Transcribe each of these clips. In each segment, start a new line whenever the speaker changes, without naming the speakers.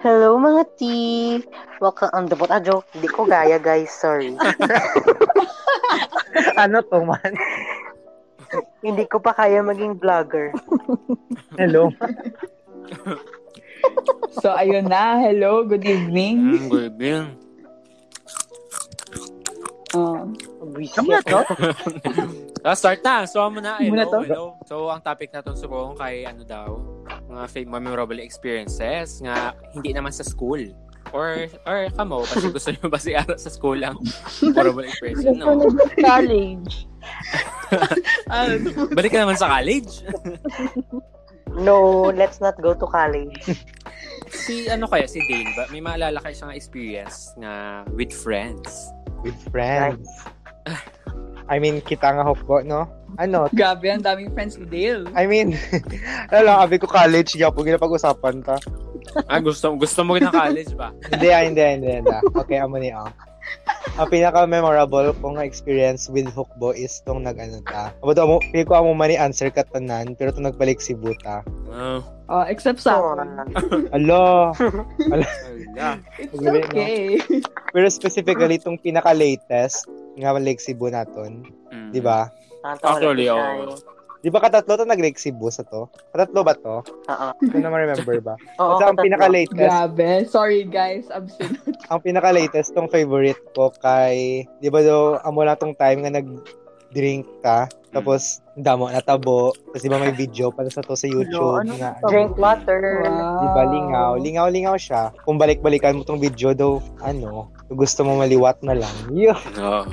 Hello mga T! Welcome, um, dabot ah, joke. Hindi ko gaya guys, sorry.
ano to man?
Hindi ko pa kaya maging vlogger.
Hello.
So, ayun na. Hello, good evening.
Mm, baby.
Oh.
Kamo na to?
Ah, start na. So, mo na. Hello,
Muna to.
hello. So, ang topic na itong subong kay ano daw, mga fam- mga memorable experiences nga hindi naman sa school. Or, or kamo, kasi gusto nyo ba si Ara sa school ang memorable experience? No.
College.
Balik ka naman sa college.
No, let's not go to college.
si, ano kaya, si Dale ba? May maalala kayo siyang experience nga with friends.
With friends. I mean, kita nga hopko, no? Ano?
Grabe, ang daming friends ni Dale.
I mean, alam, abi ko college, hindi ako ginapag-usapan ta.
Ah, gusto, gusto mo ng college ba?
hindi, ah, hindi, hindi, hindi. Okay, amo ni ah. Ang pinaka-memorable kong experience with Hukbo is nung nag-ano ta. Abo to, amo- pili ko amo man answer ka tanan, pero to nagbalik si Buta.
Oh,
Oh, except sa
So,
akin.
Alo!
wala.
It's
Grabe, no?
okay.
Pero specifically, itong pinaka-latest, nga balik si Bu naton,
Mm.
Diba?
di ba?
Actually,
oh.
oo.
Di ba katatlo to nag-rake si Bu sa to? Katatlo ba to?
Oo.
Hindi naman remember ba?
Uh-uh. Oo,
Basta ang
katatlo.
pinaka-latest,
Grabe. Sorry, guys. Absent.
ang pinaka-latest tong favorite ko kay, di ba daw, amo lang tong time nga nag-drink ka, tapos damo na tabo, tapos di ba may video pa sa to sa YouTube.
Ano, ano
nga,
tabo?
Drink water.
Wow.
Di ba, lingaw. Lingaw-lingaw siya. Kung balik-balikan mo tong video daw, ano, gusto mo maliwat na lang. Yo.
Oo.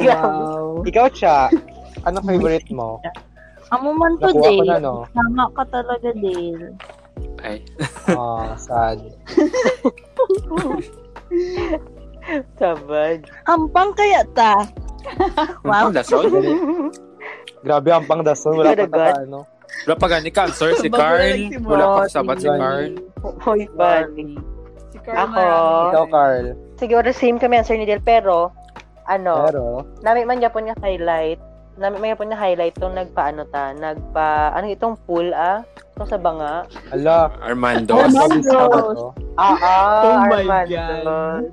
Wow.
Ikaw, Cha, ano favorite mo?
Amo
Ano
man to,
Nakuha ko na,
Dale.
no?
Tama ka talaga, Dale.
Ay.
Oh, sad.
Sabad.
Hampang kaya ta.
Wow. Lasol.
Grabe ang pangdason. Wala pa
Talaga?
taka, ano.
Wala pa gani ka, sir, si
Bago na
Carl.
nagsimula.
Wala pa kasabat si Carl.
Hoy, buddy.
Si Carl
Ako.
Marami.
Ikaw, Carl.
Sige, or same kami answer ni Del, pero, ano,
Pero,
nami man yapon nga highlight. Nami man yapon nga highlight tong nagpaano ta, nagpa, ano itong pool ah? Itong sa banga.
ala,
Armando.
Oh,
ang
Armando.
pabis ka ba to?
Ah, ah,
Oh my
Armando.
God.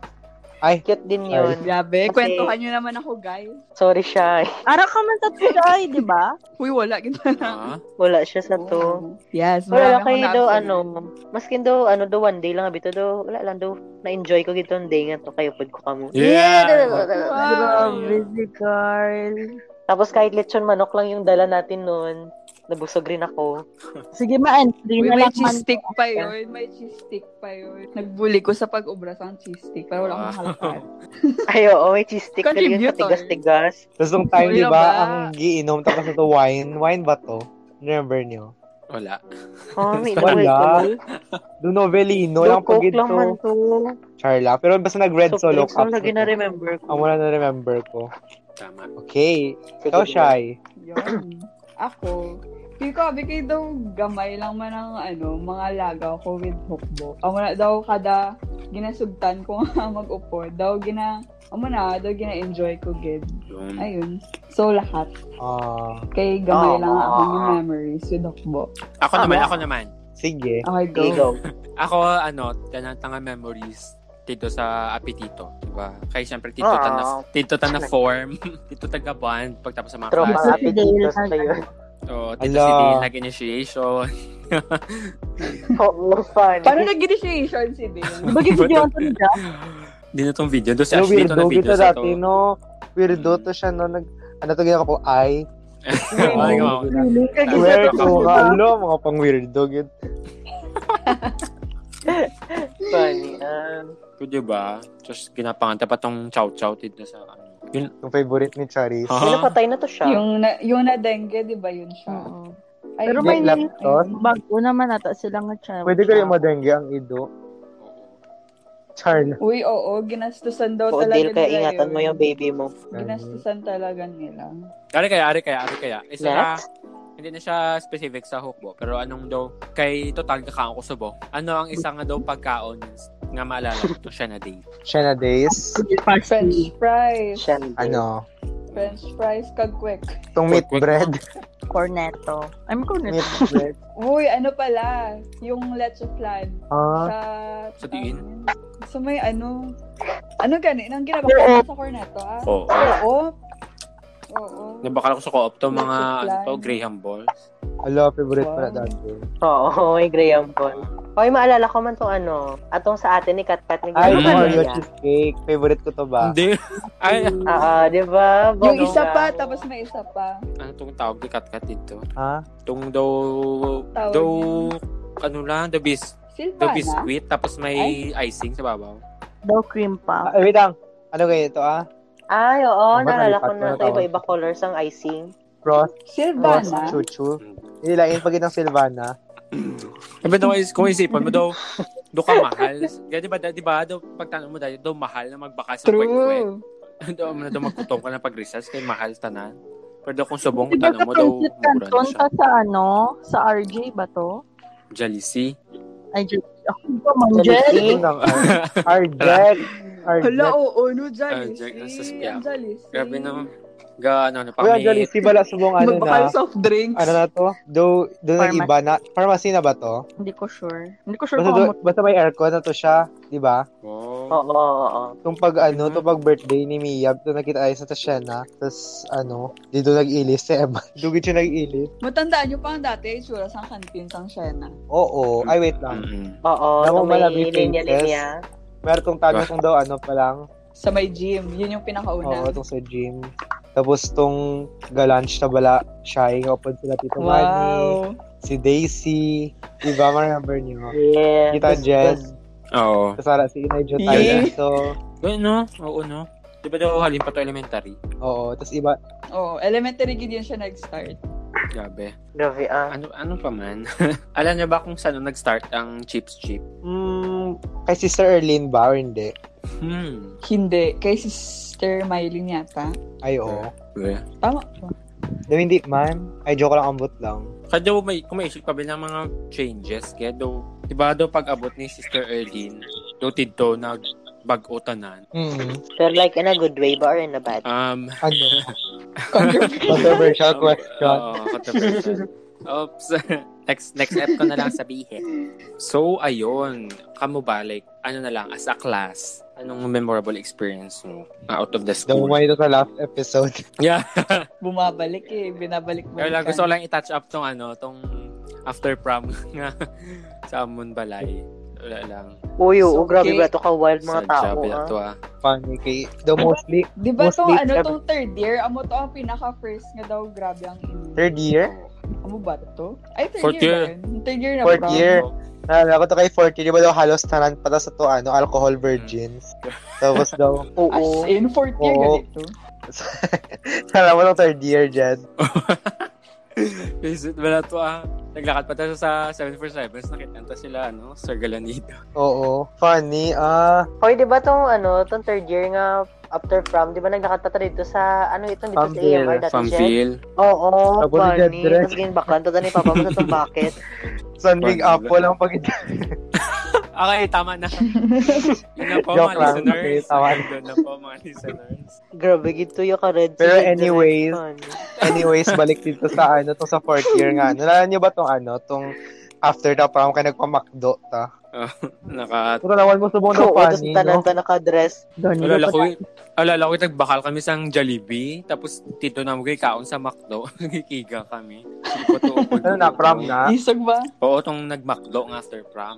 Ay.
Cute din yun.
Grabe.
Kasi-
Kwentuhan nyo naman ako, guys.
Sorry siya. eh.
Ara ka man ta ay, di ba?
Uy, wala. Ganda na.
Ah,
Wala siya sa
Ano
to.
Yes.
Wala kayo
marami akong
daw,
na-absent.
ano, maskin daw, ano daw, one day lang abito daw, wala lang daw, na-enjoy ko gitong day nga to, kayo pod ko kamo.
Yeah!
Grabe si Carl.
Tapos kahit lechon manok lang yung dala natin noon, nabusog rin ako.
Sige, ma-entry
Uy,
na
may
lang man.
cheese stick pa yun. May cheese stick pa yun. Nagbuli ko sa pag-ubras ang cheese stick. Pero wala akong
Wow.
halakan.
Ay, oo, may cheese stick talaga yung
Contributor.
katigas-tigas.
Tapos nung time,
Wala
di ba,
ba?
ang giinom, tapos ito wine. Wine ba to? Remember nyo?
Wala.
Oh, may
Wala.
inuwi ko.
Do Novelino lang
Coke
pagid
lang man
to.
to.
Charla. Pero basta nag-red
So,
solo
drinks
cup.
lang lagi na remember ko.
Ang wala na remember ko.
Tama.
Okay. Ikaw, Shai.
Yun. Ako, hindi ko abi kayo daw gamay lang man ang ano, mga lagaw ko with hukbo. Amo na daw kada ginasugtan ko nga mag-upo, daw gina, amo na, daw gina-enjoy ko gid.
Yun.
Ayun. So lahat,
Ah,
kay gamay lang
Ah.
ako ng memories with hukbo.
Ako
Tama.
naman, ako naman.
sige.
Okay, go.
Sige, go.
Ako, ano, tanang-tanga memories dito sa apetito, di ba? Kaya siyempre, tito
Ah.
ta na, tito ta na form, tito taga bond, pagtapos sa mga
Tropa
Kasi
klase.
apetito
Dale
sa
talaga.
iyo.
So, tito
Ala.
si Dean, nag-initiation.
Oo, fun.
Paano nag-initiation si Dale?
Bagay video ang tanda.
Di na tong video. Doon si
Pero
Ashley, ito na
weirdo
video
kita
sa
dati,
to.
no? Weirdo to siya, no? Nag, ano to ginawa ko? Ay.
Ay, wow.
Feeling ka
Kasi
Weirdo
ito,
ka.
diba?
Alo, mga pang weirdo. Gid.
Funny, ah.
So, di ba? Just ginapanganta pa tong chow-chow dito sa ano. Yun.
Yung favorite ni Charis.
Ha?
Sino patay na to siya?
yung na, yung na dengue, di ba yun siya?
Oo.
Ay,
Pero
Hindi,
may
ayun.
laptop.
Bago naman ata sila nga siya.
Pwede ko rin madengue ang ido. Char.
Uy, oo, ginastusan daw
Oo,
talaga
Dale, kaya
nila
ingatan mo
yun.
yung baby mo.
Ginastusan talaga nila.
Ari kaya, ari kaya, ari kaya. Isa na,
Next.
hindi na siya specific sa hukbo, pero anong daw, kay total kakaon ko subok. Ano ang isa nga daw pagkaon nga maalala ko to siya na date.
Siya na days.
French fries.
Siya.
Ano?
French fries kag quick.
Itong meat
Quick, quick.
bread.
corneto. I'm corneto.
Uy, ano pala? Yung Let's Plan
Ah,
sa...
Sa diin?
Sa may ano... Ano gani? Nang ginagawa
Oo.
sa Cornetto, ah?
Oo.
Oo. Oo.
Nabakala ko sa co-op to mga ano
Multiply.
to, Graham Balls.
ala, favorite
Wow.
pala dati.
Oo, may Graham Paul. Okay, maalala ko man tong ano, atong sa atin ni Katkat ni
Ano
Ay,
Graham
yung
Paul
Oreo
niya.
cheesecake. Favorite ko to ba?
Hmm.
Ah. Hindi. Ay,
Oo, di ba?
Yung
Bongga.
Diba?
isa pa, tapos may isa pa.
ano tong tawag ni Katkat dito?
Ha?
Tong daw,
Tawag
daw, ano lang, the, bis, the
Silvana?
biscuit, tapos may icing sa babaw.
Daw cream pa.
Ah, wait lang. Ano kayo ito ah?
Ay, oo,
Ano ba,
naalala ko na
nalipat na
ito.
tawag?
Iba-iba colors ang icing.
Cross, cross,
Silvana?
chuchu. Nilain pag ng Silvana.
Sabi daw, is- kung isipan mo daw, do ka mahal. Kaya di ba, di ba, daw, pagtanong mo dahil, daw mahal na magbaka sa kwet-kwet.
True.
daw, ano, daw magkutong ka na pag-recess, kaya mahal tanan. Pero daw kung subong,
Di ba
tanong mo daw, mura na
kanton
siya.
ka sa ano? Sa RJ ba to?
Jalisi.
Ay, J. Ako ba, Ma'am Jen?
Ito ng ah, Arjek. Arjek.
Hala, oo, no,
Ah, Jack,
Jalisi.
nasa
Ang
siya.
Jalisi.
Grabe naman. Ga, ano, ano,
Uy, ang
pangit.
galing si Bala subong ano
Magbakal
na.
soft drinks.
Ano na to? Do, do na
Pharmacy.
iba na. Pharmacy na ba to?
Hindi ko sure. Hindi ko sure
Basta,
kung
do,
amot.
basta may aircon na to siya. Di ba?
Oo.
Oo, oo, oo.
Kung pag ano,
Mhm.
to pag birthday ni Mia, to nakita ayos na to siya na. Tapos ano, dito nag-ilis si Emma. Dugit siya nag-ilis.
Matandaan nyo pa ang dati, itsura sa kantin sang Shena.
Oo. Ay, wait lang.
Mm-mm.
Oo,
Ako
nung may
malabi, princess.
linya-linya.
Meron tong tanong kung daw ano pa lang.
Sa may gym. Yun yung pinakauna.
Oo, tong sa gym. Tapos tong galanch na bala, shy, kapag sila Tito Manny,
wow.
si Daisy, iba mga number niyo.
Yeah.
Kita Jess,
Oo.
kasara si Inay Jo
Yeah.
tayo. So,
Well, no? Oo, no? Di ba daw halin pa to elementary?
oo, tapos iba,
Oo, elementary gid yun siya nag-start.
Grabe.
Grabe ah.
Ano, ano pa man? Alam niyo ba kung saan nag-start ang Chips Chip?
mm, kay Sister Erlene ba or hindi?
Hmm.
Hindi. Kay Sister Mylene yata.
Ay, oo.
Grabe.
Tama ba?
Daw hindi man. Ay, joke lang, ambot lang.
Kaya daw may, kung may isip pa ba ng mga changes, kaya daw, di ba daw pag abot ni Sister Erlene, daw tidto nag bag-o tanan.
Mm.
Pero like in a good way ba or in a bad?
Um,
Ano? Controversial question.
Oo, Um, ah, controversial. Oops. next, next app ko na lang sabihin. So, ayun. Kamu ba, like, ano na lang, as a class, anong memorable experience mo ah, out of the
Daw
school?
mo ito sa last episode.
Yeah.
Bumabalik eh. Binabalik mo.
Kaya lang, gusto ko lang i-touch up tong ano, tong after prom nga sa Amon Balay. Wala lang.
Uy, oo,
So,
grabe
okay.
ba ito ka wild mga tao ah.
to ah.
Funny kay, daw mostly,
Di ba to,
Mostly
ano,
every-
tong third year? Amo to ang pinaka-first nga daw. Grabe ang inyo.
third year?
Amo Ano ba to? Ay, third
Fourth
year.
year.
ba yun? Third year na
Fourth
ba?
year. Naalala ko to kay 40, di ba daw halos tanan pala sa to, ano, alcohol virgins. Tapos daw,
Oo.
As in, fourth year
Oo.
ganito.
alam mo to third year, Jed.
Visit wala to ah. Naglakad pa tayo sa 747s. Nakitanta sila, ano, Sir Galanito.
Oo. Funny, ah.
Hoy, di ba tong ano, tong third year nga after prom, di ba naglakad pa tayo dito sa, ano ito, dito sa
Pambil.
AMR dati, Jen?
Pamphil.
Oo, oh,
Tapos si Jet
funny.
Dredd.
Tapos ganyan baklan, to ni Papa mo sa itong bucket.
Sunwing Apple ang pag
Okay, tama na. Yun na po,
Joke
mga
lang.
listeners.
Okay, tama.
Yun na po, mga listeners.
Grabe, gito yung ka-red. si
Pero
Jet Dredd,
anyways,
funny.
Anyways, balik dito sa ano, tong sa fourth year nga. Nalala niyo ba tong ano, tong after na parang ka nagpamakdo ta?
Naka...
Pero nawan mo subong na
Oo, tapos
funny,
tanan
no?
pa naka-dress.
Doon.
Alala ko, eh, alala ko, eh, nagbakal kami sa Jollibee. Tapos, tito na mga kaon sa McDo. Nagikiga kami.
Ano na, prom na?
Isag ba?
Oo, tong nag-McDo nga after prom.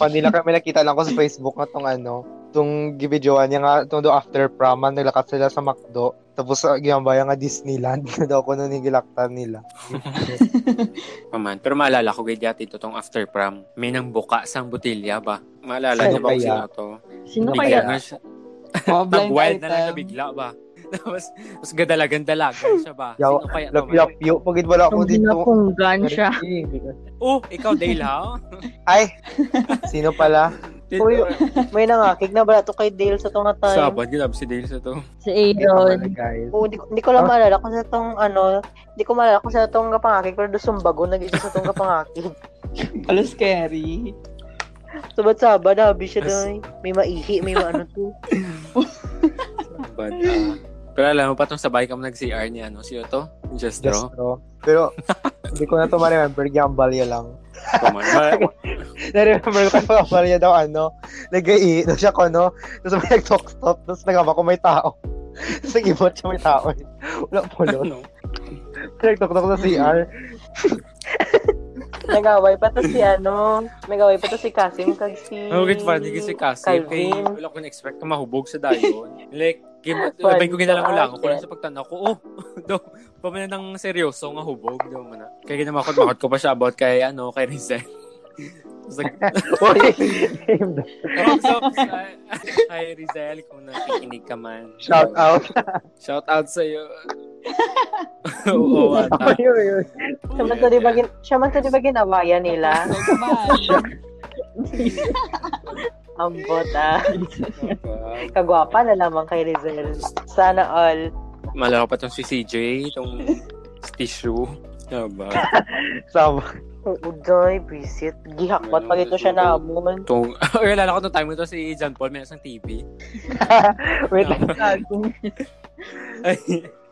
Funny lang kami nakita lang ko sa Facebook na tong ano, tong gibidyoan niya nga, tong do after prom, man, naglakas sila sa McDo. Tapos, uh, ginabaya nga Disneyland. daw ko nun nigilaktan nila.
Paman. Pero maalala ko, gaya tito, tong after prom. May nang buka sang butilya ba? Maalala
Sino
niyo ba kung
kaya? Ano
sino to?
Sino
Hindi
kaya?
ka-
na siya.
Oh,
Nag-wild na lang siya bigla ba? Tapos, tapos gadalagan-dalagan siya ba?
Yaw,
Sino kaya to? man?
Lapyapyo, pagid wala ko
Nung
dito.
ginapunggan siya.
Oh, ikaw, Daylaw?
Ay! Sino pala?
Uy, may nangakig na ba to kay Dale sa tong time?
Sabad, ginab si Dale sa to.
Si
Hindi ko
Aaron.
pala, guys.
Oo, di, di ko lang
Ah.
maalala kung sa tong ano, di ko maalala kung sa tong kapangakig, pero doon sumbago, nag-isa sa tong kapangakig.
Alo, scary.
Sabad-sabad, habi siya
As-
doon. May maihi, may maano to.
Sabad, ah. Pero alam mo pa tong sabay kami nag-CR niya, ano? Sino to? Just,
Just
draw.
throw. Pero, hindi ko na to ma-remember. Gambalya lang.
Come on. Ma-
Na-remember ko yung gambalya daw, ano, nag-i, daw siya ko, no? Tapos may nag-talk-stop, tapos nagama ko may tao. Tapos nag-ibot siya may tao. eh. Wala po, no?
ano?
Nag-talk-talk sa CR.
Nagaway pa to si ano, nagaway pa to si Kasim kag si...
Ang good funny kasi kasi kay,
Calvin.
wala ko na-expect na mahubog sa dayon. Like, game,
Funny
labay ko ginalang
ka,
wala ko. Kulang
Ken.
sa pagtanaw ko, oh, daw, pa man ng seryoso nga hubog daw man na. Kaya ginamakot-makot ko pa siya about kay, ano, kay Rizal. Tapos nag-
Uy!
Thumbs up sa- kay Rizal kung nakikinig ka man.
Shout out.
Shout out sa iyo. Oo, ata.
Siya man to di ba, gin- siya man to di ba ginawayan nila? Ang bota. Kagwapa na lamang kay Rizal. Sana all.
Malaka pa tong si CJ, tong tissue. Ano ba?
Sama.
Uday, bisit. Gihakbat pag ito siya na amon.
Tong, or lala ko tong time ko to si John Paul, may isang TV.
Wait,
Ay,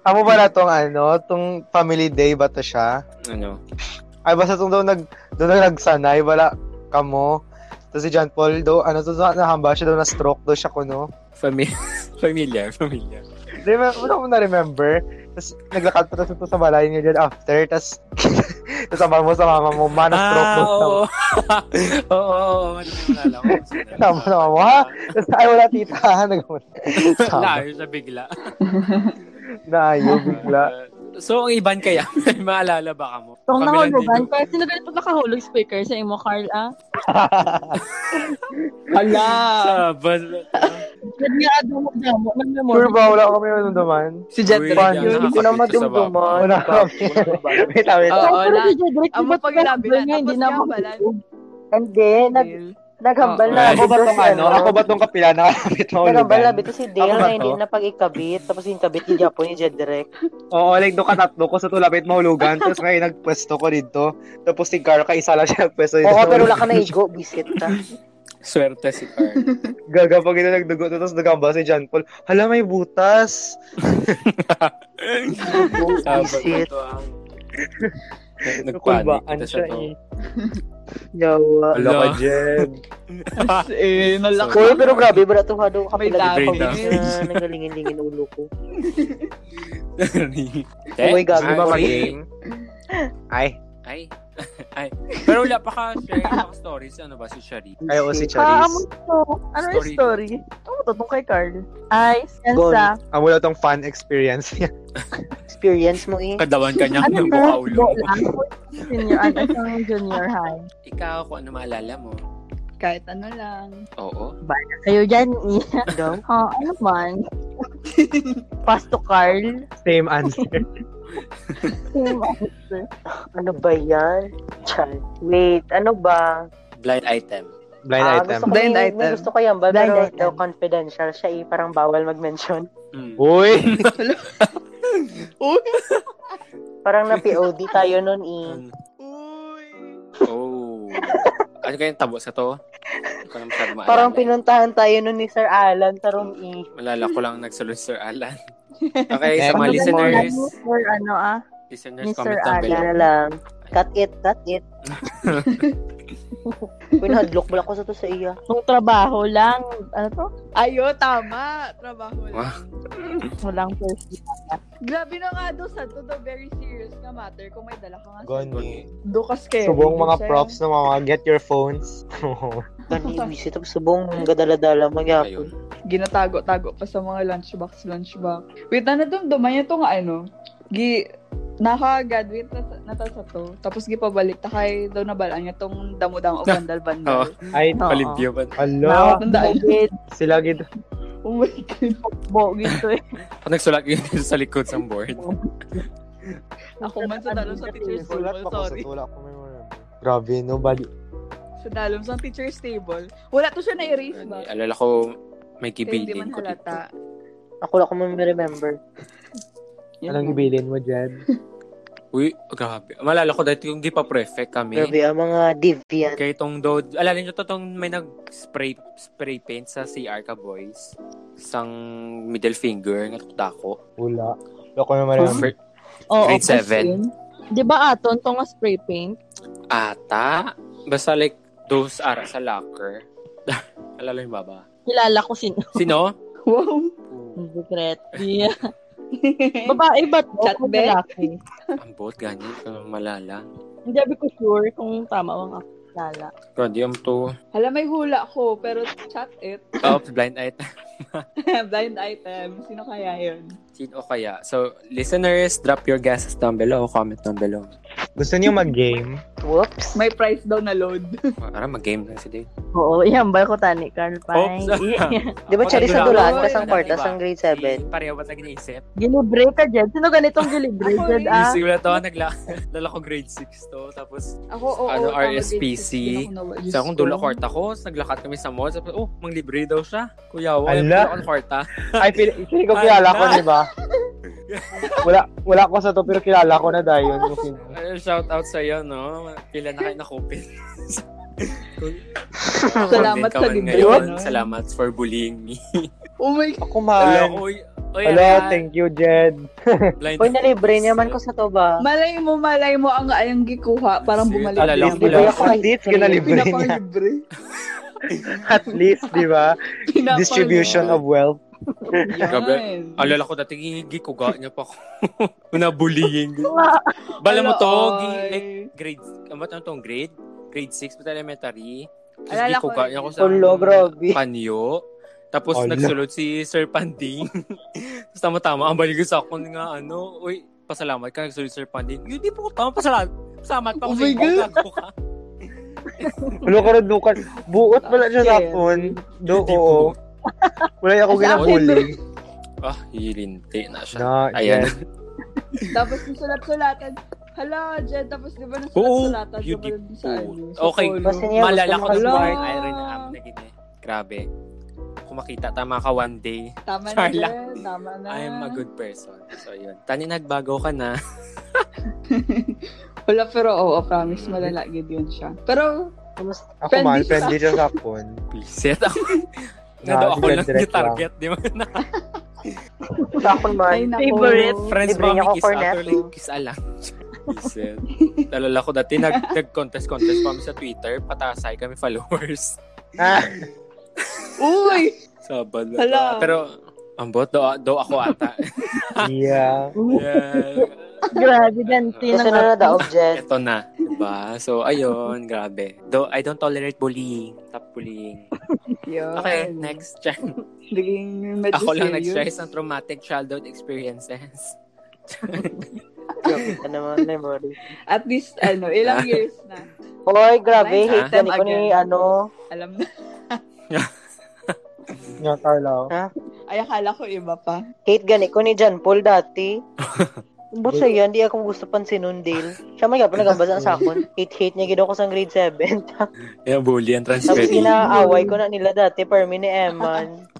amo ba na tong, ano, tong family day ba to siya?
ano?
Ay, basta itong daw nag, daw nag nagsanay, wala kamo. Tapos si John Paul daw, ano to, na- nahamba siya daw na stroke daw siya kuno.
Family, familiar, familiar.
Remember, wala ko na remember. Tapos naglakad pa tapos ito sa balay niya dyan after. Tapos, tapos sama mo sa mama mo, ma, na-stroke
Ah,
mo.
oo. Oo, oo, oo. Malala ko.
Tama, tama, ha? Tapos, ay, wala tita, ha? Nag- Tama.
Layo siya bigla.
Naayo, bigla.
So, ang iban kaya, may maalala ba ka mo?
Itong
Kabilang
nahulugan,
dito.
parang sinagal pa nakahulog speaker sa imo, Carl, ah.
Hala!
Ah, bas.
Sad nga, adamo damo ng memory.
Sure ba, wala kami nanduman?
Si Jedrick
Uy,
Yun,
yun.
hindi ko na madumduman.
Wala kami. Wait, wait.
Oo,
Ay, pero
na.
si Jedrick,
Ang
iba't
mapaglabi
ibang
na,
nga, hindi
tapos
na
nga, wala.
mahulog.
Hindi, nag, naghambal
Oo.
na.
Ako ba tong ano? Ako ba tong kapila na kapit na ulo?
Naghambal na bito si Dale
Ako ba
na hindi
to?
na pag-ikabit. Tapos yung kabit ni Japo ni Jedrek.
Oo, like doon katatlo ko sa tulapit mahulugan. Tapos ngayon nagpwesto ko dito. Tapos si Gar, kaisa lang siya nagpwesto dito.
Oo, pero wala ka na igo. Bisit ka.
Swerte si Carl.
Gagapag ito nagdugo. to, Tapos nagamba si John Paul. Hala, may butas.
Bisit.
Nagpanik.
Nakulbaan
Ito siya to.
eh.
Yawa.
Wala ka,
Ala.
Jed.
Eh, nalaki.
Uy, pero grabe, bro. Ito nga daw
May
kapila
dami.
dito. Pag- Nagalingin-lingin ulo ko.
Eh,
Uy, gago
ay,
ba
sorry.
mag-game? Ay,
Ay. Ay. Pero wala pa ka share pa ka stories. Ano ba si Shari?
ay, oo si Charis.
Ah, amo to. Ano yung
Story.
story? Amo to, tong kay Carl. Ay,
Gone.
sensa.
Amo daw tong fun experience niya.
Experience mo eh.
Kadawan ka niya
Ano
ng
na?
buka
Go
ulo.
lang. Senior, ano, isang junior high.
Ikaw, kung ano maalala mo.
Kahit ano lang.
Oo.
Kayo dyan, eh.
Daw.
Oh, ano man? Pasto Carl.
Same answer.
Same answer.
Ano ba yan? Chan. Wait, ano ba?
Blind item.
Blind
Ah,
item.
Gusto ko,
Blind
may-
item.
May gusto ko yan ba?
Blind
pero
item.
daw confidential siya eh. Parang bawal mag-mention.
Mm.
Uy!
Parang na-POD tayo nun eh.
Uy!
Oh. Ano kayang tabo sa to? Hindi ko na masyado maalala.
Parang pinuntahan tayo nun ni Sir Alan. Tarong eh.
Malala ko lang nagsalot Sir Alan. Okay, sa
Next.
mga
Ano
listeners,
ba yung Or ano ah?
listeners,
Ni Sir
comment down below.
Yan na lang. Cut it, cut it. Pinadlock mo lang ko sa to sa iya.
Nung trabaho lang. Ano to?
Ayo, tama. Trabaho lang.
Wow.
Walang first date.
Grabe na nga do sa to the very serious nga matter kung may dala ka nga.
Goni.
Do ka scary.
Subong mga
Sa'yo.
props na mga get your phones.
Kanibis. Ito sa buong gadala-dala
Ayun.
magyapon.
Ginatago-tago pa sa mga lunchbox, lunchbox. Wait, ano itong dumaya itong ano? Gi, naka-graduate na, ta- na ta sa to. Tapos gipabalik ta kay daw nabalaan niya itong damo-damo o bandal-bandal.
Ay,
Oo.
Palibyo ba?
alo.
Ang daan.
Bogid.
Sila gid.
Oh my God.
Bogid to eh.
Pag nagsulat yun sa likod sa board.
Ako man sa dalom sa teacher's
Sulat
table.
pa ko sa
Sorry.
tulak ko may mga. Grabe, no? Bali.
Sa dalom sa teacher's table. Wala to siya na-erase ba?
Ano, Alala ko, may
Kaya hindi man
kibilin ko dito.
halata.
Ako lang ko man remember.
Yun
Anong
lang.
ibilin mo, Jed?
Uy, grabe. Malala ko dati yung di pa prefect kami.
Grabe, ang mga deviant.
Kaya itong do... Alala nyo to, tong may nag-spray spray paint sa CR ka, boys. Isang middle finger, nga tutako.
Wala. Wala ko may mga.
Fir-
Oo,
Grade
kasi-
seven.
Di ba aton tong nga spray paint?
Ata? Basta like, those are sa locker. Alala yung baba.
Kilala ko sin...
Sino?
Wow.
Secret. Yeah. Babae ba to?
Eh, Chat
Kung
back?
lalaki?
Ang bot, ganyan. Kung malala.
Hindi abi ko sure kung tama ang ako kilala.
God, yung to.
Hala, may hula ko, pero chat it.
Oops, blind item.
Blind item. Sino kaya yun?
Sino kaya? So, listeners, drop your guesses down below. Comment down below.
Gusto niyo mag-game?
Whoops.
May price daw na load.
Para mag-game na si Dave.
Oo, yan ba ko tani, Carl Pine?
ah.
Di ba, Charis, sa dulaan
Maduraan.
ka
Maduraan,
sa kwarta sa grade 7?
Pareho ba't nag-iisip?
Gilibre ka dyan. Sino ganitong gilibre
Ako
dyan,
rin.
ah?
Siguro to, nagla... Lala ko grade 6 to. Tapos,
Ako, oo.
Ano,
tama,
RSPC?
grade six din ako nawa-
sa akong
Diyos
dulo
ko.
kwarta ko, tapos naglakad kami sa mall. Tapos, oh, manglibre daw siya. Kuya, wala
Ala.
akong kwarta.
Ay, pili, pili ko kilala ko, di ba? Wala, wala ko sa to, pero kilala ko na dahil yun. Yung sino.
Uh, shout out sa iyo, no? Pila na kayo nakupit.
Salamat sa libre,
Ngayon.
no?
Salamat for bullying me.
Oh my
Ako
Hello,
man.
oy. Oy,
Hello,
ala,
thank you, Jed.
blind.
Uy, nalibre niya man ko sa to ba?
Malay mo, malay mo ang ayang gikuha. Parang
Sige,
bumalik.
alala ko
Di
lang.
ba yung at least ginalibre niya?
Pinapalibre.
At least, di ba?
Pinapalibre.
Distribution of wealth.
Yan.
Gabi. Alala ko dati, gikuga niya pa ako. Una bullying. Bala mo to,
Hello,
gi,
oy.
like, grade, ano ba tong grade? Grade 6 pa elementary. Tapos
Alala ko
gikuga
rin.
niya ako sa
Kulo, grabe.
panyo. Tapos
Ala.
nagsulod si Sir Panding. Tapos tama-tama, ang balikin sa akin nga, ano, uy, pasalamat ka, nagsulod si Sir Panding. Hindi po tama, pasalamat. Pasalamat pa ako
Oh
sa
my
ibang
God.
gago ka.
Wala ko rin dukan. Buot wala siya
Yeah.
napon. Do,
Hindi
oo.
po.
Wala
Sa
ako
akin,
ginahuli.
Ah, hilinti na siya.
Na,
Ayan.
Jed.
Tapos nasulat-sulatan. Hala, Jed. Tapos di ba
Oo,
nasulat-sulatan?
you
Di ba
dip-
sa ano, sa
Okay.
polo?
Kasi niya,
Malala ko
gusto
ng
mo
Ala.
smart iron na app na gini. Grabe. Kung makita, tama ka one day.
Tama na,
Charla.
Jed. Tama na.
I am a good person. So, yun. Tani, nagbago ka na.
Wala, pero oo, promise. Malala, gid yun siya. Pero,
Kamusta?
Ako
Friendly
man,
siya.
friendly siya napon.
Please. Ako, na daw ako
di ba
lang
direct
target. Di ba? Na,
Sa akin
ay
man.
nako.
Favorite.
friends
Libre
ba
niya
kami
ako
kiss
cornet.
after like kiss alang. Please. Talala ko dati, nag, nag-contest-contest pa kami sa Twitter. Patasay kami followers.
Ah,
Uy!
Sabad na.
Hala.
to. Pero, ambot, do, do ako ata.
yeah.
yeah.
Grabe, ganti
Gusto
ng
na na daog, Jed.
Ito na. Diba? So, ayun. Grabe. Though, I don't tolerate bullying. Stop bullying.
Yun.
Okay, next try.
Naging medyo
Ako lang next
serious.
try sa traumatic childhood experiences.
Ano naman, memory.
At least, ano, ilang years na.
Hoy, grabe.
Nice.
Hate
Ah.
na ni ko ni, ano,
Alam na.
Nga, Carla.
Ay, akala ko iba pa.
hate gani ko ni John Paul dati. But sa yan, di ako gusto pansin nun, Dale. Siya may gapon nagambasa sa akon. Hate-hate niya gid ako sa grade 7.
Yeah, bully and
Tapos
transferring.
inaaway ko na nila dati, permi ni Eman.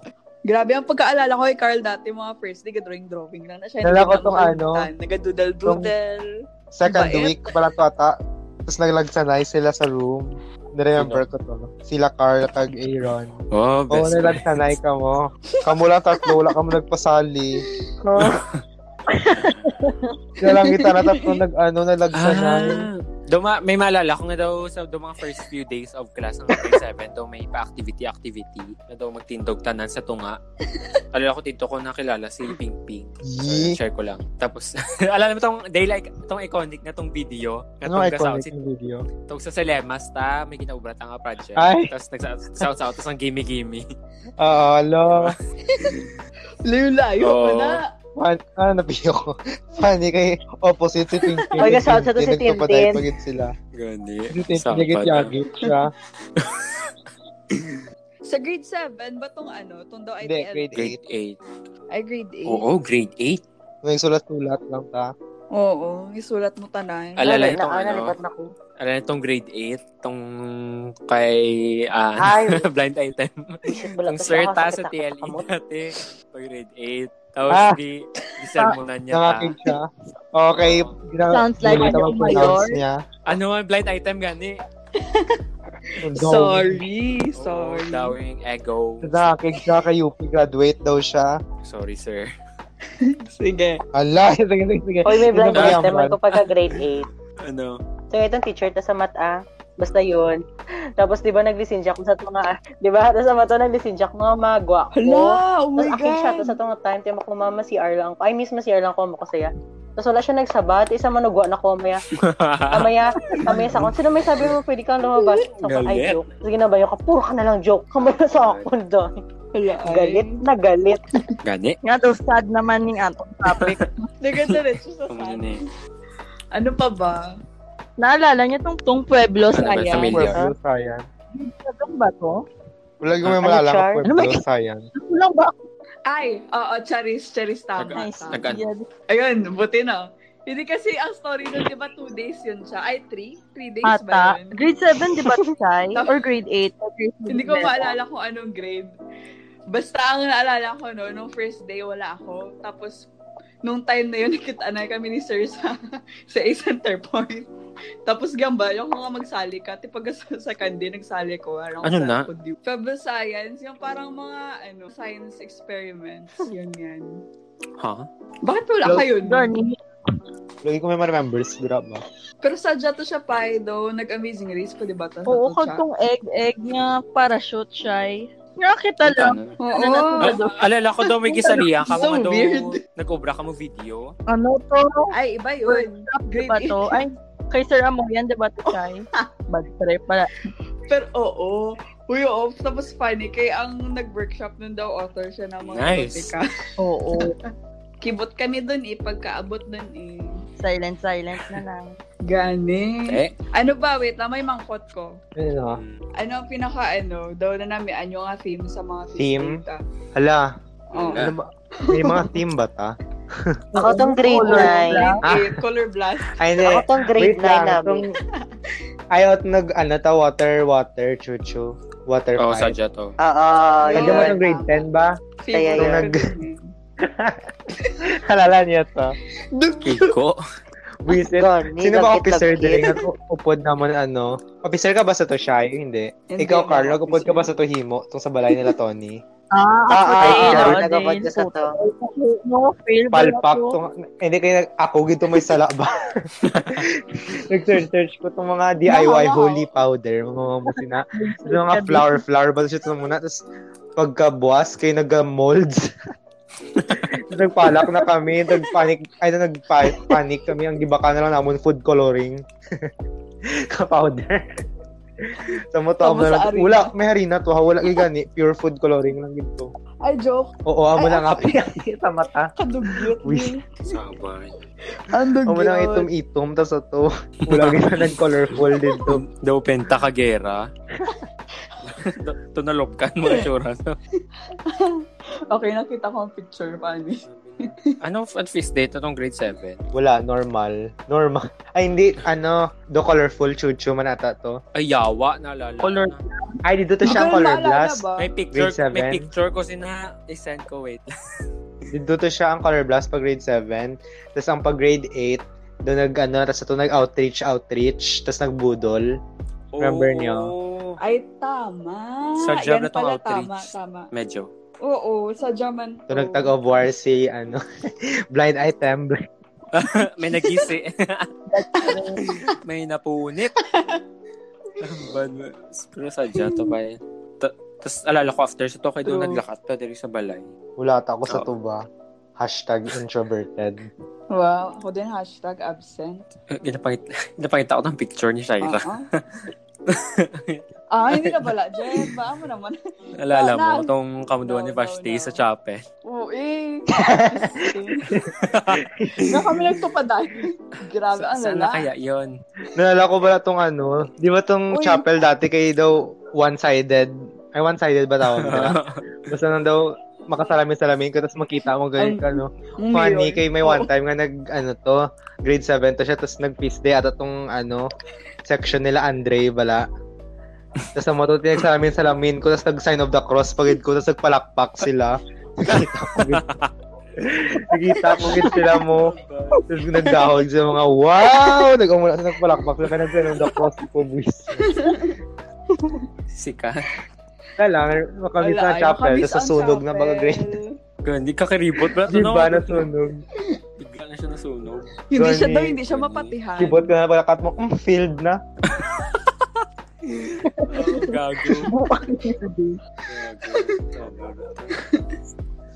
Grabe, ang pagkaalala ko kay Carl dati, mga first day, drawing-drawing lang na siya.
Dala ko
Hindi
tong
na
ano,
makalimutan. Nagadoodle-doodle.
Second
eh.
Bait.
week pala to ata. Tapos naglagsanay sila sa room. Niremember ko to. Sila Carl, kag Aaron.
Oh,
Oo,
best friend.
nilagsanay ka mo. Kamu lang tatlo, wala ka mo nagpasali. Sila lang kita na tatlo nag, ano, nalagsanay.
Ah, duma, may malala ko nga daw sa do mga first few days of class ng grade 7 daw may pa-activity-activity na daw magtindog tanan sa tunga. Alala ko dito ko nakilala si Ping Ping.
Yee.
Sorry, share ko lang. Tapos, alala mo tong daylight, tong iconic na tong video. Na
Ano
tong kasaut
iconic
si
ng video?
Tog sa Selemas, ta, may kinaubrat ang project.
Ay.
Tapos nagsaut-saut, tapos ang gimme-gimme.
Oo, lo.
Layo, layo
Oo.
pa na.
Fan, ano, napiyo ko. Funny kay opposite si Pink Pink.
Ay, kasaut sa to si Tintin.
Nagpapadaypagin sila.
Gani.
Si Tintin, nagit-yagit siya.
Sa grade 7, ba tong ano? Tong daw
Hindi,
IPL?
grade
Grade 8.
Ay, grade 8. Oo.
Oo, grade 8.
8. May sulat-sulat lang ta.
Oo, isulat mo tanan.
Alala
Ay, na-
itong
ah,
ano.
nalipat na ko.
Alam niyo itong grade 8, itong kay ah,
Ay,
blind item.
isip mo lang.
Itong
Nakakasakit
Serta sa E.
ako
TLE
kamot.
dati, pag grade 8. Tapos
Ah.
di, gisermonan niya ta.
Nangakit siya. Okay. gina-
Sounds like
ginagamit
ano,
ang pronounce
mayor.
niya.
Ano, blind item gani?
Sorry,
Oh,
sorry.
dawing ego.
Nakakig siya kay UP. Graduate daw siya.
Sorry, sir. Sige.
Ala, sige, sige, sige.
Hoy, may blind
Sino ba yan,
item.
Brad?
Ano ko pagka grade 8.
Ano?
So, itong teacher, tas sa mata, basta yun. Tapos, di ba, naglisinja ko sa mga, di ba, tas sa mata, naglisinja ko mga magwa ko.
Hala! Oh my
Tapos, akin siya, tas
God!
sa tong time, tiyan ako, mama, si R lang. Ay, miss, mas si R lang ko, ko saya. Tapos, wala siya nagsabat, isa manugwa na ko, maya, kamaya, kamaya sa akin. Sino may sabi mo, pwede kang lumabas? So,
Galit.
ay, joke. Sige na ba, yung ka, puro ka na lang joke. Kamaya sa akin doon.
Hala, ay.
Galit na galit.
Gani?
Nga daw, sad naman yung atong topic.
Nagadiretso sa
Ano
side.
na eh.
Ano pa ba?
Naalala niyo tong, tong Pueblo
Ano ba,
Sayang?
familiar?
Pueblo Sayan.
Ano ba to?
Wala ko may
Ano,
malalang
Char?
Ano
Pueblo Sayan.
Ano lang ba ako?
Ay, oo, Charis, Charis, tama.
Nice.
Nag-
tama.
nag-
Ayun, buti na. Hindi kasi ang story nun, di ba, two days yun siya? Ay, three? Three days ba
Ata.
yun?
Grade 7, di ba, Chay? Or grade 8? Or grade
Hindi ko maalala kung anong grade. Basta ang naalala ko no, nung first day wala ako. Tapos, nung time na yun, nakita na kami ni Sir sa, sa A Center Point. Tapos gamba, yung kung nga magsali ka, tipag sa, sa kandi, nagsali ko. Arang
Ano na?
Fable Science, yung parang mga ano science experiments, yun yan.
Ha?
Bakit wala kayo nun?
Doon,
Lagi ko may ma-remembers. Grab ba?
Pero sadya to siya pa eh, though. Nag-amazing race pa, di ba? Tas-
oo,
tas- siya.
kag tong egg-egg niya, parachute, Chay. Nga kita lang.
Ano?
Oo.
Ano na to?
Ah, alala ko daw may gisalihan ka
So
mga daw
weird.
nag-obra ka mo video.
Ano to?
Ay, iba
World
yun.
Cup, di
Grade
ba
eight.
to? Ay, kay Sir Amoyan, di ba to, Chay? Bad trip pala.
Pero oo. Uy, oo. Tapos funny, kay ang nag-workshop nun daw, author siya ng mga
Nice.
topica.
Oo.
Kibot kami dun eh, pagkaabot dun eh.
Silent, silent na lang.
Gani.
Eh,
Ano ba, wait lang, may mangkot ko.
Ano?
Ano ang pinaka ano, daw na namin, ano nga theme sa mga
Theme?
Ka?
Hala.
Oo.
Ah.
Ano ba? May mga team ba ta?
Ako tong grade
Color
9.
Grade
Ah.
eight, color blast.
Ay, hindi.
Ako tong grade 9 namin.
Ayaw nag, ano ta, water, water, chuchu. Water
oo,
pipe.
sadya to.
Oo,
Sadya
yun.
mo ng grade 10 ba?
Kaya
Favorite
yun.
ko
Nag-
dun eh.
Halala niya to.
Kiko.
Visit.
Gone.
Sino ba
Gagit-gagit.
officer din? Upod naman ano. Officer ka ba sa to, Shai? Hindi.
Hindi,
Ikaw, Carl,
ako
nag-upod ka ba
officer.
sa to, Himo? Itong sa balay nila, Tony?
Ah,
Ah, ah,
ako
ah,
din.
nagabad ka sa to.
No, fail. ba
palpak.
to?
Tong, hindi kayo nag, ako gito may sala ba? Nag-search ko itong mga DIY
Wow, wow.
holy powder. Mga mga musina. Yung mga flower, flower. Bato siya ito muna. Tapos pagkabuas, kayo nag-molds. nagpalak na kami. Nagpanic. Ay, na, nagpanic kami. Ang gibaka na lang namun food coloring. Ka-powder. sa mo to,
Tama sa
wala,
harina.
wala, may harina to, ha, wala kay gani, pure food coloring lang gito.
Ay, joke.
Oo, amo
Ay,
na nga, sa mata.
Kadugyot.
Uy.
Sabay.
Ang
Ang muna
dugyot.
itom-itom, tapos ito, wala kita nag-colorful dito.
Daw penta kagera. Tunalopkan mo assurance.
Okay, nakita ko ang picture pa ni.
Ano at feast date itong grade 7?
Wala, normal. Normal. Ay, hindi, ano, do colorful chuchu man ata to.
Ay, yawa, naalala.
Color.
ko na.
Ay, dito to siya ang color blast.
May picture,
Grade seven?
may picture ko sina isend ko, wait.
Dito to siya ang color blast pag grade 7. Tapos ang pag grade 8, doon nag, ano, tapos ito nag-outreach, outreach, tapos nagbudol. Remember niyo?
Oo.
Ay, tama.
Sa
Yan
job na tong
pala,
outreach.
Tama, tama.
Medyo.
Oo, sa German.
Ito nagtag of war si, ano, blind item. blind-
may nagisi. may napunit. Ang bad mo. Pero sadya to pa eh. Ta- Tapos alala ko after sa to kay doon
True.
naglakat pa diri sa balay.
Wala ta ako sa
Oo.
tuba. Hashtag introverted.
Wow, ako din hashtag absent.
Eh, Ginapangit, ginapangita ko ng picture ni Shaira.
Oo. ah, hindi na pala. Jen, baka mo naman.
Alala
Na-
mo,
na-
itong kamunduan
No,
ni Vashti
no, no.
sa chapel.
Oo, eh. Na kami nagtupadan. Grabe,
Sa-
ang
Sana
lala.
kaya yun?
Nalala ko ba tong ano? Di ba tong
Uy.
chapel dati kayo daw one-sided? Ay, one-sided ba tawag nila?
Diba?
Basta nang daw makasalamin-salamin ko tapos makita mo ganyan
Ay,
ka, no?
Ang
Funny,
weird.
kay may
Oo.
one time nga nag, ano to, grade 7 to siya, tapos nag-feast day at itong, ano, section nila, Andre, bala. Tapos ang matuti, nagsalamin-salamin ko, tapos nag-sign of the cross pagid ko, tapos nagpalakpak sila. Nakita ko gid- Nakita ko gid sila mo. Tapos nagdahog sa mga, wow! Nag-umula sa nagpalakpak sila, kaya nag-sign of the cross ko, boys.
Sika.
Kaya lang, makamit
Wala,
sa
ay,
chapel,
makamis
tapos
ang
nasunog na
chapel.
mga grade Diba
Hindi ka kiribot. Ba't
Di
ano?
ba nasunog?
Bigla na siya nasunog.
Hindi
Hindi
siya
siya
daw,
daw,
Johnny,
hindi siya
Johnny.
mapatihan.
Kibot ka na pala kat mo, mm, filled na.
Oh, gago.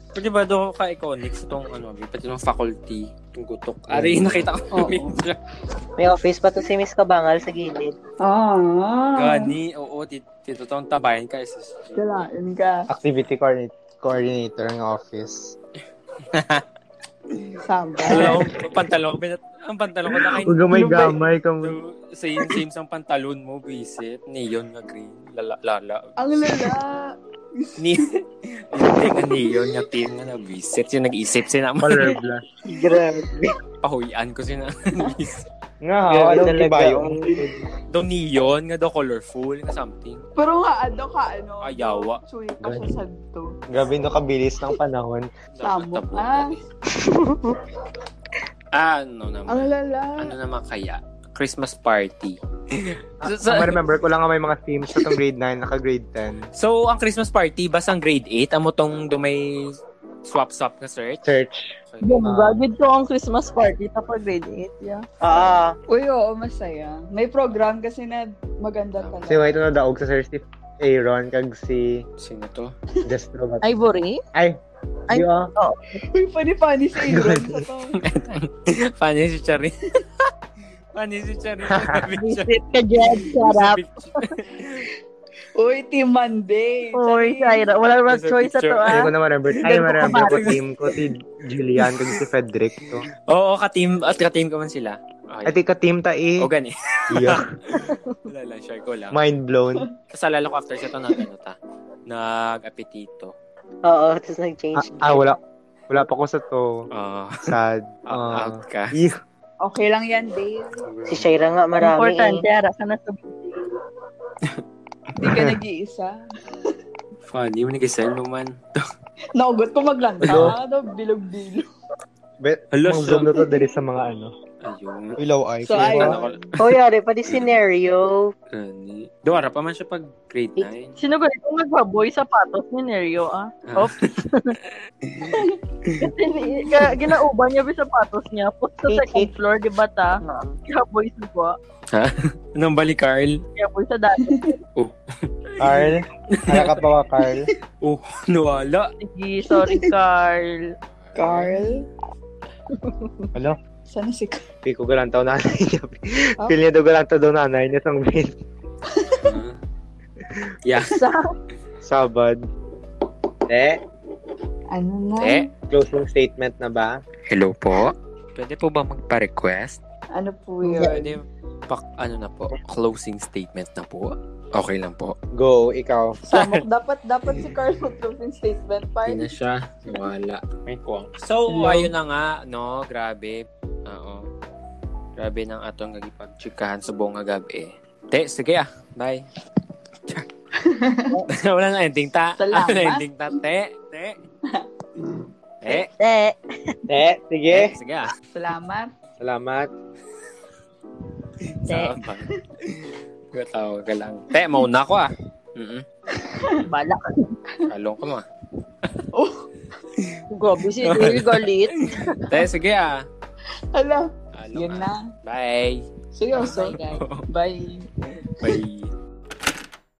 Pero diba doon ka-iconic sa itong ano, pati ng faculty, itong gutok. Ari, nakita ko
Oo.
yung picture.
May office pa to si Miss Kabangal sa gilid.
Ah.
Gani, oo, tit- tito tong tabayan ka. sis.
Kailangan ka.
Activity coordinate coordinator ng office.
Samba.
Alam ko, pantalon, ko, binat- ang pantalon ko na kayo.
gamay ka
Same, same sa pantalon mo, bisip. Neon nga green. Lala, lala.
Ang lala.
Ni Hindi nga neon nga pink nga na bisip. Yung nag-isip siya naman.
blush.
Grabe.
Pahuyan ko siya na bisip.
Nga, ha, anong
talaga,
iba yun?
Daw neon, nga daw colorful, nga something.
Pero nga, ano ka, ano?
Ayawa.
Chuy ka sa santo.
Grabe, no, kabilis ng panahon.
Tamo
Tapos,
ka.
Ano
Ang
naman?
lala.
Ano naman kaya? Christmas party. so, so,
Ah, Ang remember ko lang nga may mga themes sa tong grade 9, naka grade 10.
so, ang Christmas party, basang grade 8, amo tong dumay swap-swap na search.
Search.
Okay.
Bongga, good ko ang Christmas party tapos grade 8, yeah.
Ah,
Uy, oo, masaya. May program kasi na maganda
Si
talaga.
White na daog sa search si Aaron kag si
Sino to?
Destro. ba-
Ivory?
Ay, Ay.
Ay.
Yo,
Uy, funny-funny si Adrian sa to.
Funny si Charin. Funny si Charin.
Visit ka dyan, sarap.
Uy, Team Monday.
Uy, Shaira, wala naman choice sa to,
hindi
ah.
ko na ma-remember. Ay, ma-remember ko team ko si Julian kag si Frederick to.
Oo, ka-team, at ka-team ko man sila.
At
Okay.
ika team ta eh.
O gani.
Yeah.
Wala lang, share ko lang.
Mind blown.
Tapos alala ko after siya to, nag, ano ta, nag-apetito.
oo, tapos nag-change.
Ah, ah, wala. Wala pa ko sa to.
Ah,
Sad.
out- out
Ah.
ka.
Ih,
Okay lang yan, babe.
Si Shaira nga, marami eh.
Important, Shaira, sana sa
Hindi ka nag-iisa.
Funny, manag-isel mo man.
Naugot ko maglanta.
Hello?
Ano, bilog-bilog.
bet,
Hala,
mang
siya.
zoom na to dali sa mga ano.
Ayun.
Ilaw eye.
So,
Kaya-
ayun.
Ano ko,
Oh, yari, pati scenario.
Gani. Duwara pa man siya pag grade 9.
Sino ba ito magpa-boy sapatos ni Neryo, ah? Oops. Kasi ni- ka- ginauba niya ba yung sapatos niya? Put sa
Hit,
second
hit.
floor, di ba ta?
Ah.
Kaya boy sa buwa.
Anong bali, Carl?
Kaya boy sa dati.
Carl. Hala ka pa ba, Carl?
Oh, nawala.
Sige, sorry, Carl.
Carl?
Hello?
Sana si Carl?
Hindi ko galantaw nanay niya.
Oh.
Feel niya daw galantaw daw nanay niya sang bin.
Ah. yeah.
Sabad. Eh,
Ano na?
Eh,
closing statement na ba?
hello po. Pwede po ba magpa-request?
Ano po yun?
Pwede. Pak, ano na po? Closing statement na po. Okay lang po.
Go, ikaw.
Samok, dapat, dapat si Carl mag-open statement part.
Hindi na siya. Nawala. So,
Hello.
ayun na nga. No, grabe. Oo. Grabe ng atong nagipag-chikahan sa buong gabi. Te, sige ah. Bye. Char. Wala na ending ta.
Salamat.
Wala na ending ta. Te, te. Te.
Eh,
Eh,
Te,
sige.
sige ah.
Salamat.
Eh, Salamat.
Sa bang. Gataw ka lang. Te, mauna ko ah. Mm-mm.
bala. Oh.
Kalong ko mo ah.
Grabe si Dale, galit.
Te, sige ah.
Hala,
Along
yun
ah.
na.
Bye.
Seryoso, guys. Bye.
Bye.